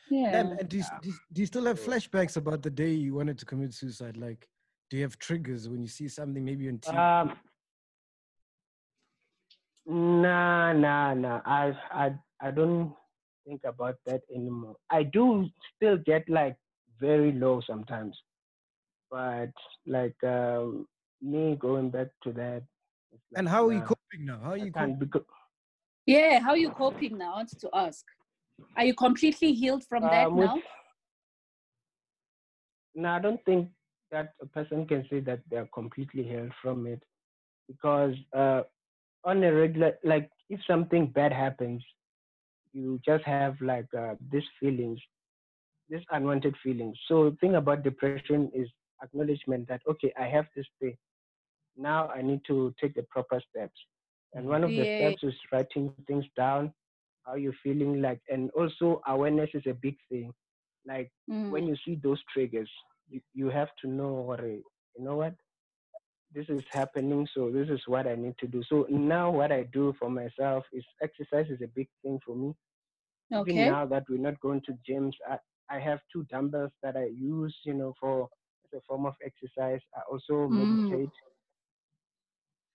[SPEAKER 7] yeah.
[SPEAKER 1] Damn, and do you, s- do, you, do you still have flashbacks about the day you wanted to commit suicide? Like, do you have triggers when you see something maybe on TV?
[SPEAKER 10] Um, nah, nah, nah. I, I, I don't think about that anymore. I do still get like very low sometimes, but like um, me going back to that, it's like
[SPEAKER 1] and how are you
[SPEAKER 10] nah,
[SPEAKER 1] coping now? How are
[SPEAKER 10] I
[SPEAKER 1] you coping?
[SPEAKER 10] can't because
[SPEAKER 7] Yeah, how are you coping now? I wanted to ask. Are you completely healed from that
[SPEAKER 10] um, with,
[SPEAKER 7] now?
[SPEAKER 10] nah, I don't think that a person can say that they are completely healed from it because uh, on a regular like if something bad happens you just have like uh, these feelings these unwanted feelings so the thing about depression is acknowledgement that okay i have this thing now i need to take the proper steps and one of the
[SPEAKER 7] Yeah.
[SPEAKER 10] steps is writing things down how you're feeling like and also awareness is a big thing like when
[SPEAKER 7] Mm.
[SPEAKER 10] you see those triggers you, you have to know what you know what this is happening, so this is what I need to do. So now what I do for myself is exercise is a big thing for me. Even
[SPEAKER 7] Okay.
[SPEAKER 10] now that we're not going to gyms, I, I have two dumbbells that I use, you know, for as a form of exercise. I also
[SPEAKER 7] Mm.
[SPEAKER 10] meditate,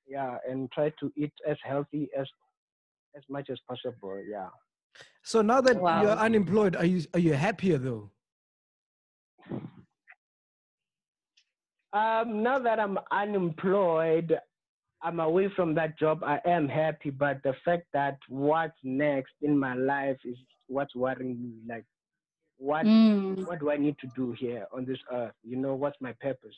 [SPEAKER 10] yeah, and try to eat as healthy as as much as possible. Yeah.
[SPEAKER 1] So now that you're
[SPEAKER 7] Wow.
[SPEAKER 1] unemployed, are you are you happier though?
[SPEAKER 10] Um, now that I'm unemployed, I'm away from that job. I am happy, but the fact that what's next in my life is what's worrying me. Like, what
[SPEAKER 7] Mm.
[SPEAKER 10] what do I need to do here on this earth? You know, what's my purpose?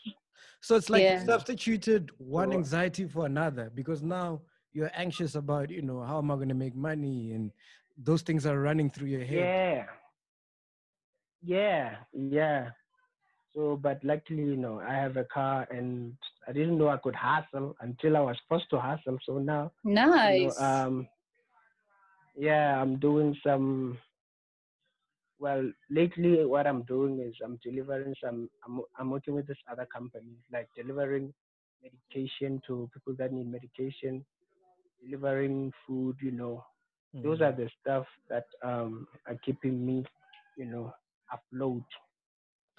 [SPEAKER 1] So it's like
[SPEAKER 10] Yeah.
[SPEAKER 1] you substituted one
[SPEAKER 10] So-
[SPEAKER 1] anxiety for another because now you're anxious about, you know, how am I going to make money? And those things are running through your head.
[SPEAKER 10] Yeah, yeah, yeah. So, but luckily, you know, I have a car, and I didn't know I could hustle until I was forced to hustle. So now, you know, uh,
[SPEAKER 7] Nice.
[SPEAKER 10] um, yeah, I'm doing some. Well, lately, what I'm doing is I'm delivering some. I'm I'm working with this other company, like delivering medication to people that need medication, delivering food. You know, those
[SPEAKER 1] Mm.
[SPEAKER 10] are the stuff that um are keeping me, you know, afloat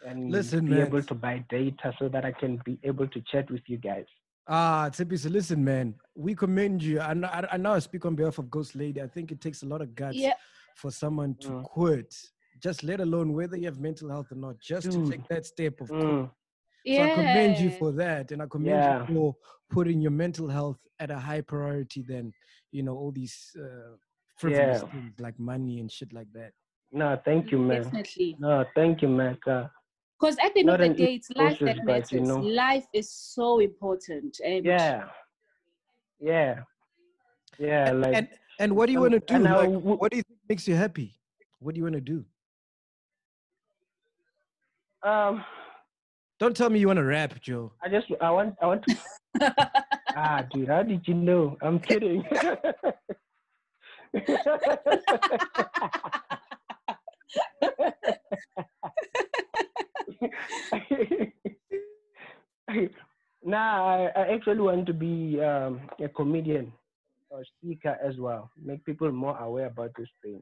[SPEAKER 10] and
[SPEAKER 1] Listen,
[SPEAKER 10] be
[SPEAKER 1] man.
[SPEAKER 10] able to buy data so that I can be able to chat with you guys.
[SPEAKER 1] Ah, Tipis, listen, man, we commend you. I know, I, I know I speak on behalf of Ghost Lady. I think it takes a lot of guts
[SPEAKER 10] Yeah.
[SPEAKER 1] for someone to
[SPEAKER 10] Mm.
[SPEAKER 1] quit, just let alone whether you have mental health or not, just to take that step of quit.
[SPEAKER 10] Mm.
[SPEAKER 1] So I commend you
[SPEAKER 7] Yeah.
[SPEAKER 1] for that, and I commend
[SPEAKER 10] Yeah.
[SPEAKER 1] you for putting your mental health at a high priority than you know all these uh, frivolous
[SPEAKER 10] Yeah.
[SPEAKER 1] things like money and shit like that.
[SPEAKER 10] No, thank you, man.
[SPEAKER 7] Definitely.
[SPEAKER 10] No, thank you, man.
[SPEAKER 7] Because at the end
[SPEAKER 10] Not
[SPEAKER 7] of the
[SPEAKER 10] an
[SPEAKER 7] day, it's life
[SPEAKER 10] process,
[SPEAKER 7] that
[SPEAKER 10] but,
[SPEAKER 7] matters.
[SPEAKER 10] you know.
[SPEAKER 7] Life is so important. And
[SPEAKER 10] Yeah. Yeah. Yeah. Like.
[SPEAKER 1] And and what do you
[SPEAKER 10] some-
[SPEAKER 1] want to do?
[SPEAKER 10] and I
[SPEAKER 1] Like,
[SPEAKER 10] w-
[SPEAKER 1] what do you think makes you happy? What do you want to do?
[SPEAKER 10] Um,
[SPEAKER 1] Don't tell me you want to rap, Joe.
[SPEAKER 10] I just I want I want to. ah, dude, how did you know? I'm kidding. nah, I, I actually want to be um, a comedian or speaker as well. Make people more aware about this thing.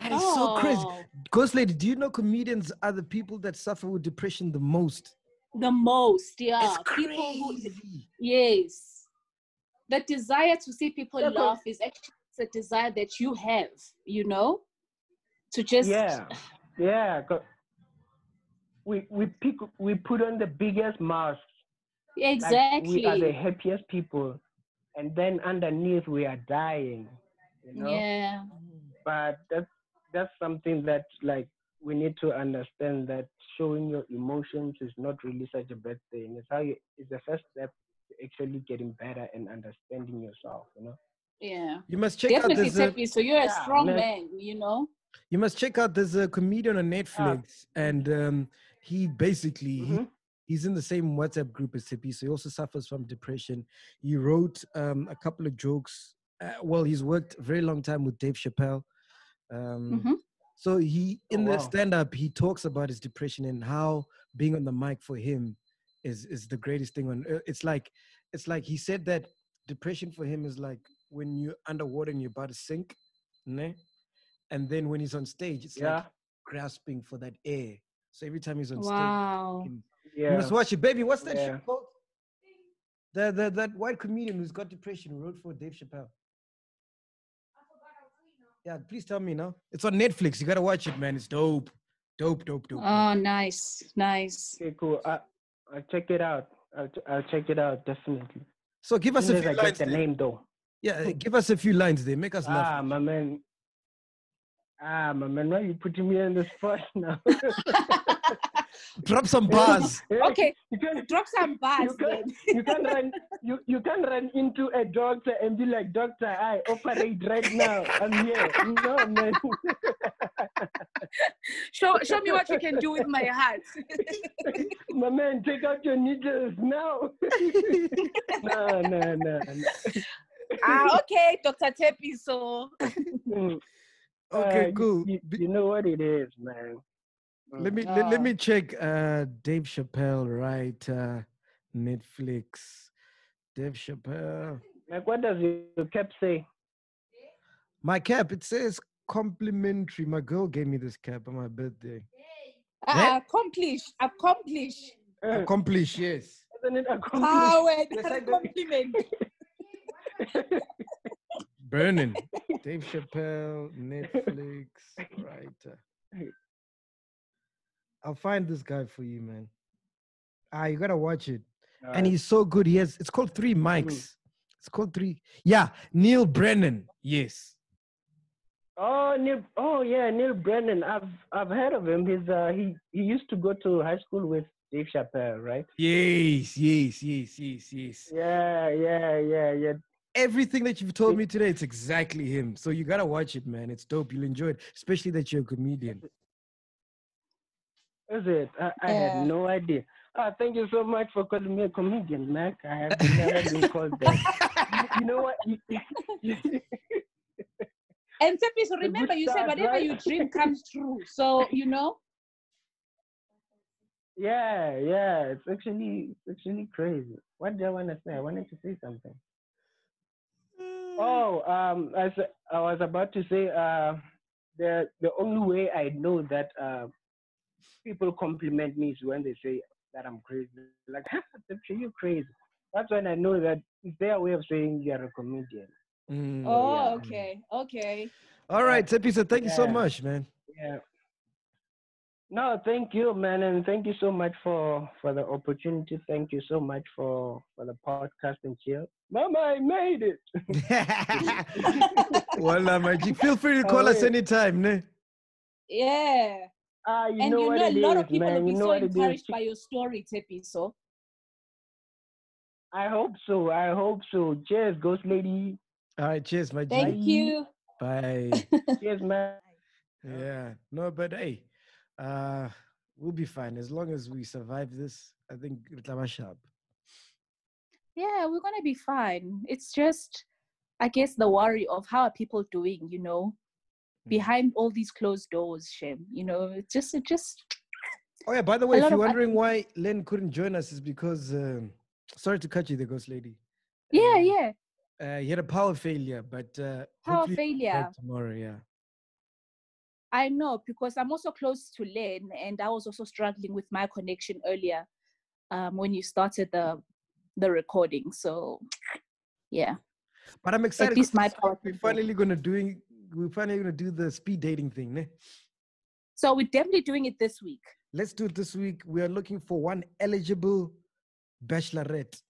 [SPEAKER 1] That is so crazy.
[SPEAKER 10] Oh.
[SPEAKER 7] Oh,
[SPEAKER 1] Ghost Lady, do you know comedians are the people that suffer with depression the most?
[SPEAKER 7] the most, yeah. People who, yes. The desire to see people
[SPEAKER 10] Yeah, 'cause-
[SPEAKER 7] laugh is actually a desire that you have, you know, to just,
[SPEAKER 10] yeah, yeah. 'cause We we pick we put on the biggest mask. Like
[SPEAKER 7] exactly.
[SPEAKER 10] we are the happiest people, and then underneath we are dying. You know.
[SPEAKER 7] Yeah.
[SPEAKER 10] but that's that's something that like we need to understand that showing your emotions is not really such a bad thing. It's how you it's the first step to actually getting better and understanding yourself, you know.
[SPEAKER 7] Yeah.
[SPEAKER 1] You must check out
[SPEAKER 7] Definitely,
[SPEAKER 1] this. uh,
[SPEAKER 7] Tepi. So you're a
[SPEAKER 10] Yeah,
[SPEAKER 7] strong
[SPEAKER 1] man.
[SPEAKER 7] man, you know?
[SPEAKER 1] you must check out there's a comedian
[SPEAKER 10] Ah.
[SPEAKER 1] on Netflix, and um, he basically
[SPEAKER 10] Mm-hmm.
[SPEAKER 1] he, he's in the same WhatsApp group as Tippy, so he also suffers from depression. He wrote um, a couple of jokes. Uh, well, he's worked a very long time with Dave Chappelle. Um, So he in
[SPEAKER 10] Mm-hmm. Oh,
[SPEAKER 1] the
[SPEAKER 10] wow.
[SPEAKER 1] stand up he talks about his depression and how being on the mic for him is is the greatest thing on earth. It's like it's like he said that depression for him is like when you're underwater and you're about to sink, ne? And then when he's on stage, it's like
[SPEAKER 10] Yeah.
[SPEAKER 1] grasping for that air. So every time he's on
[SPEAKER 7] Wow.
[SPEAKER 1] stage, yeah.
[SPEAKER 10] Yeah.
[SPEAKER 1] you must watch it, baby. What's that shit
[SPEAKER 10] Yeah.
[SPEAKER 1] called? The, the, that white comedian who's got depression who wrote for Dave Chappelle. Yeah, please tell me now. It's on Netflix. You gotta watch it, man. It's dope, dope, dope, dope.
[SPEAKER 6] Uh,
[SPEAKER 7] Oh, nice. Nice.
[SPEAKER 10] Okay, cool. I I'll check it out. I'll, ch- I'll check it out definitely.
[SPEAKER 1] So give us
[SPEAKER 10] As soon
[SPEAKER 1] a
[SPEAKER 10] as
[SPEAKER 1] few
[SPEAKER 10] I
[SPEAKER 1] lines
[SPEAKER 10] get the
[SPEAKER 1] there.
[SPEAKER 10] name though.
[SPEAKER 1] Yeah, give us a few lines there. Make us laugh.
[SPEAKER 10] Ah, my man. Ah, my man, why you putting me on the spot now? Ah.
[SPEAKER 1] Drop some bars.
[SPEAKER 7] Okay,
[SPEAKER 10] you can
[SPEAKER 7] drop some bars
[SPEAKER 10] you can you can run you, you can run into a doctor and be like doctor i operate right now i'm here no man
[SPEAKER 7] Show, show me what you can do with my heart.
[SPEAKER 10] my man take out your needles now no no no,
[SPEAKER 7] ah, okay, Dr. Tepi. So,
[SPEAKER 10] no.
[SPEAKER 1] Okay,
[SPEAKER 10] you-
[SPEAKER 1] cool.
[SPEAKER 10] Uh, you, you know what it is man
[SPEAKER 1] Let
[SPEAKER 2] mm.
[SPEAKER 1] me let, let me check. Uh, Dave Chappelle, right? Uh, Netflix. Dave Chappelle.
[SPEAKER 10] like what does your cap say
[SPEAKER 1] My cap. It says complimentary. My girl gave me this cap on my birthday.
[SPEAKER 7] uh, accomplish, accomplish.
[SPEAKER 1] Accomplish. Yes.
[SPEAKER 10] Isn't it
[SPEAKER 7] Ah,
[SPEAKER 6] Oh.
[SPEAKER 10] accomplished?
[SPEAKER 7] wait, compliment.
[SPEAKER 1] Burning. Dave Chappelle. Netflix. uh, Right. I'll find this guy for you, man. Ah, you gotta watch it. and
[SPEAKER 10] Alright.
[SPEAKER 1] he's so good. He has. It's called Three Mics. It's called Three. Yeah, Neil Brennan. Yes.
[SPEAKER 10] Oh, Neil. Oh, yeah, Neil Brennan. I've I've heard of him. He's uh, he he used to go to high school with Dave Chappelle, right?
[SPEAKER 1] Yes. Yes. Yes. Yes. Yes.
[SPEAKER 10] Yeah. Yeah. Yeah. Yeah.
[SPEAKER 1] Everything that you've told me today, it's exactly him. So you gotta watch it, man. It's dope. You'll enjoy it, especially that you're a comedian.
[SPEAKER 10] Is it? I, I
[SPEAKER 1] Yeah.
[SPEAKER 10] had no idea. Ah, thank you so much for calling me a comedian, Mac. I have never been called that. you, you know what?
[SPEAKER 6] And Sepis, remember you said
[SPEAKER 10] start,
[SPEAKER 6] whatever
[SPEAKER 10] right?
[SPEAKER 6] you dream comes true. So you know,
[SPEAKER 10] Yeah, yeah. It's actually it's actually crazy. What do I want to say? I wanted to say something. Oh, um, as I was about to say, uh, the the only way I know that uh, people compliment me is when they say that I'm crazy. Like, Sepsi, you crazy. That's when I know that it's their way of saying you're a comedian.
[SPEAKER 1] Mm.
[SPEAKER 6] oh okay, okay.
[SPEAKER 1] All right, Tepisa. Thank you so
[SPEAKER 10] Yeah.
[SPEAKER 1] much, man.
[SPEAKER 10] Yeah. No, thank you, man, and thank you so much for for the opportunity. Thank you so much for for the podcast and chill. Mama, I made it.
[SPEAKER 1] Wallah, Majik. Feel free to call us anytime, ne?
[SPEAKER 6] Yeah.
[SPEAKER 10] Ah, you
[SPEAKER 6] and
[SPEAKER 10] know
[SPEAKER 6] you
[SPEAKER 10] what
[SPEAKER 6] know
[SPEAKER 10] it
[SPEAKER 6] a lot
[SPEAKER 10] is,
[SPEAKER 6] of people
[SPEAKER 10] man.
[SPEAKER 6] will be
[SPEAKER 10] You know
[SPEAKER 6] so
[SPEAKER 10] what it is.
[SPEAKER 6] encouraged by your story, Tepiso.
[SPEAKER 10] I hope so. I hope so. Cheers, ghost lady.
[SPEAKER 1] All right, cheers, Majik.
[SPEAKER 6] Thank you.
[SPEAKER 1] Bye.
[SPEAKER 10] Cheers, man.
[SPEAKER 1] Yeah. No, but hey, uh, we'll be fine as long as we survive this. I think it'll sharp.
[SPEAKER 6] Yeah, we're gonna be fine. It's just, I guess, the worry of how are people doing, you know, behind all these closed doors, Shem. You know, it's just, it just.
[SPEAKER 1] Oh yeah. By the way,
[SPEAKER 6] A
[SPEAKER 1] if
[SPEAKER 6] lot
[SPEAKER 1] you're
[SPEAKER 6] of
[SPEAKER 1] wondering why Len couldn't join us, is because um, sorry to cut you, the ghost lady. Um,
[SPEAKER 6] Yeah, yeah.
[SPEAKER 1] Uh, he had a power failure, but uh,
[SPEAKER 6] Power
[SPEAKER 1] hopefully he'll be back
[SPEAKER 6] failure.
[SPEAKER 1] tomorrow. Yeah.
[SPEAKER 6] I know because I'm also close to Len, and I was also struggling with my connection earlier um, when you started the the recording. So, yeah.
[SPEAKER 1] But I'm excited.
[SPEAKER 6] least
[SPEAKER 1] 'cause
[SPEAKER 6] my
[SPEAKER 1] it's like
[SPEAKER 6] power
[SPEAKER 1] We're
[SPEAKER 6] failure.
[SPEAKER 1] finally gonna doing. We're finally gonna do the speed dating thing. Ne?
[SPEAKER 6] So we're definitely doing it this week.
[SPEAKER 1] Let's do it this week. We are looking for one eligible bachelorette.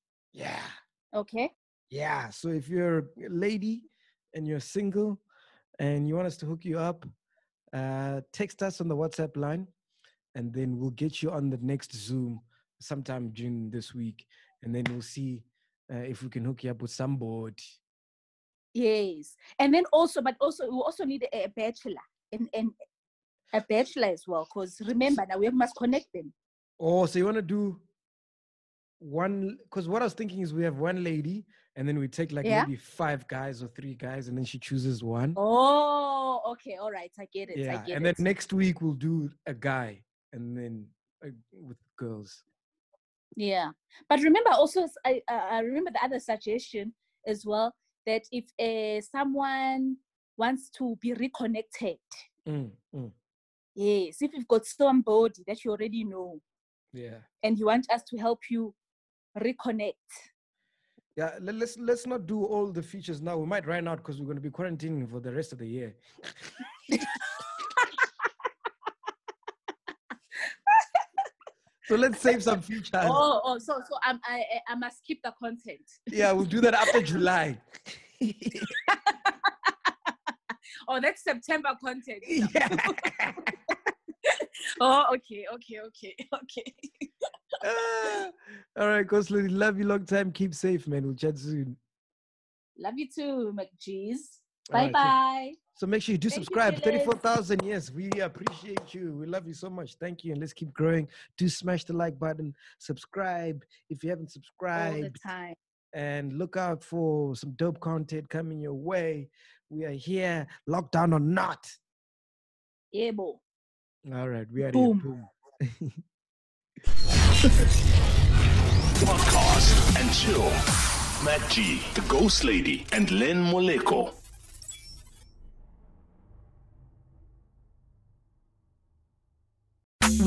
[SPEAKER 6] Okay.
[SPEAKER 1] Yeah. So if you're a lady and you're single and you want us to hook you up, uh, text us on the WhatsApp line and then we'll get you on the next Zoom sometime during this week. And then we'll see uh, if we can hook you up with somebody.
[SPEAKER 6] Yes, and then also, but also, we also need a, a bachelor and and a bachelor as well, because remember now we must connect them.
[SPEAKER 1] Oh, so you want to do one? Because what I was thinking is we have one lady and then we take like
[SPEAKER 6] Yeah.
[SPEAKER 1] maybe five guys or three guys and then she chooses one.
[SPEAKER 6] Oh, okay, all right, I get it.
[SPEAKER 1] yeah.
[SPEAKER 6] I get
[SPEAKER 1] and
[SPEAKER 6] it.
[SPEAKER 1] then next week we'll do a guy and then uh, with girls.
[SPEAKER 6] Yeah, but remember also, s- I I I remember the other suggestion as well that if uh, someone wants to be reconnected,
[SPEAKER 1] Mm, mm.
[SPEAKER 6] yes, if you've got somebody that you already know
[SPEAKER 1] Yeah.
[SPEAKER 6] and you want us to help you reconnect,
[SPEAKER 1] Yeah, le- let's let's not do all the features now. We might run out because we're going to be quarantining for the rest of the year. so let's save some features.
[SPEAKER 6] Oh, oh, so so I'm, I I- I must keep the content.
[SPEAKER 1] Yeah, we'll do that after July.
[SPEAKER 6] Oh, that's September content.
[SPEAKER 1] Yeah.
[SPEAKER 6] oh, okay, okay, okay, okay.
[SPEAKER 1] All right, Goslady, love you long time. Keep safe, man. We'll chat soon.
[SPEAKER 6] Love you too, McGee's.
[SPEAKER 1] All
[SPEAKER 6] Bye
[SPEAKER 1] right,
[SPEAKER 6] bye.
[SPEAKER 1] So make sure you do
[SPEAKER 6] Thank you,
[SPEAKER 1] subscribe.
[SPEAKER 6] Felix.
[SPEAKER 1] 34,000. Yes, we appreciate you. We love you so much. Thank you. And let's keep growing. Do smash the like button. Subscribe if you
[SPEAKER 6] Oh,
[SPEAKER 1] haven't
[SPEAKER 6] All the
[SPEAKER 1] subscribed.
[SPEAKER 6] time.
[SPEAKER 1] and look out for some dope content coming your way. We are here, lockdown or not.
[SPEAKER 6] Yeah, bo.
[SPEAKER 1] All right, we are
[SPEAKER 6] Boom.
[SPEAKER 1] here. Boom.
[SPEAKER 3] Podcast and chill. Matt G, the Ghost Lady, and Len Moleko.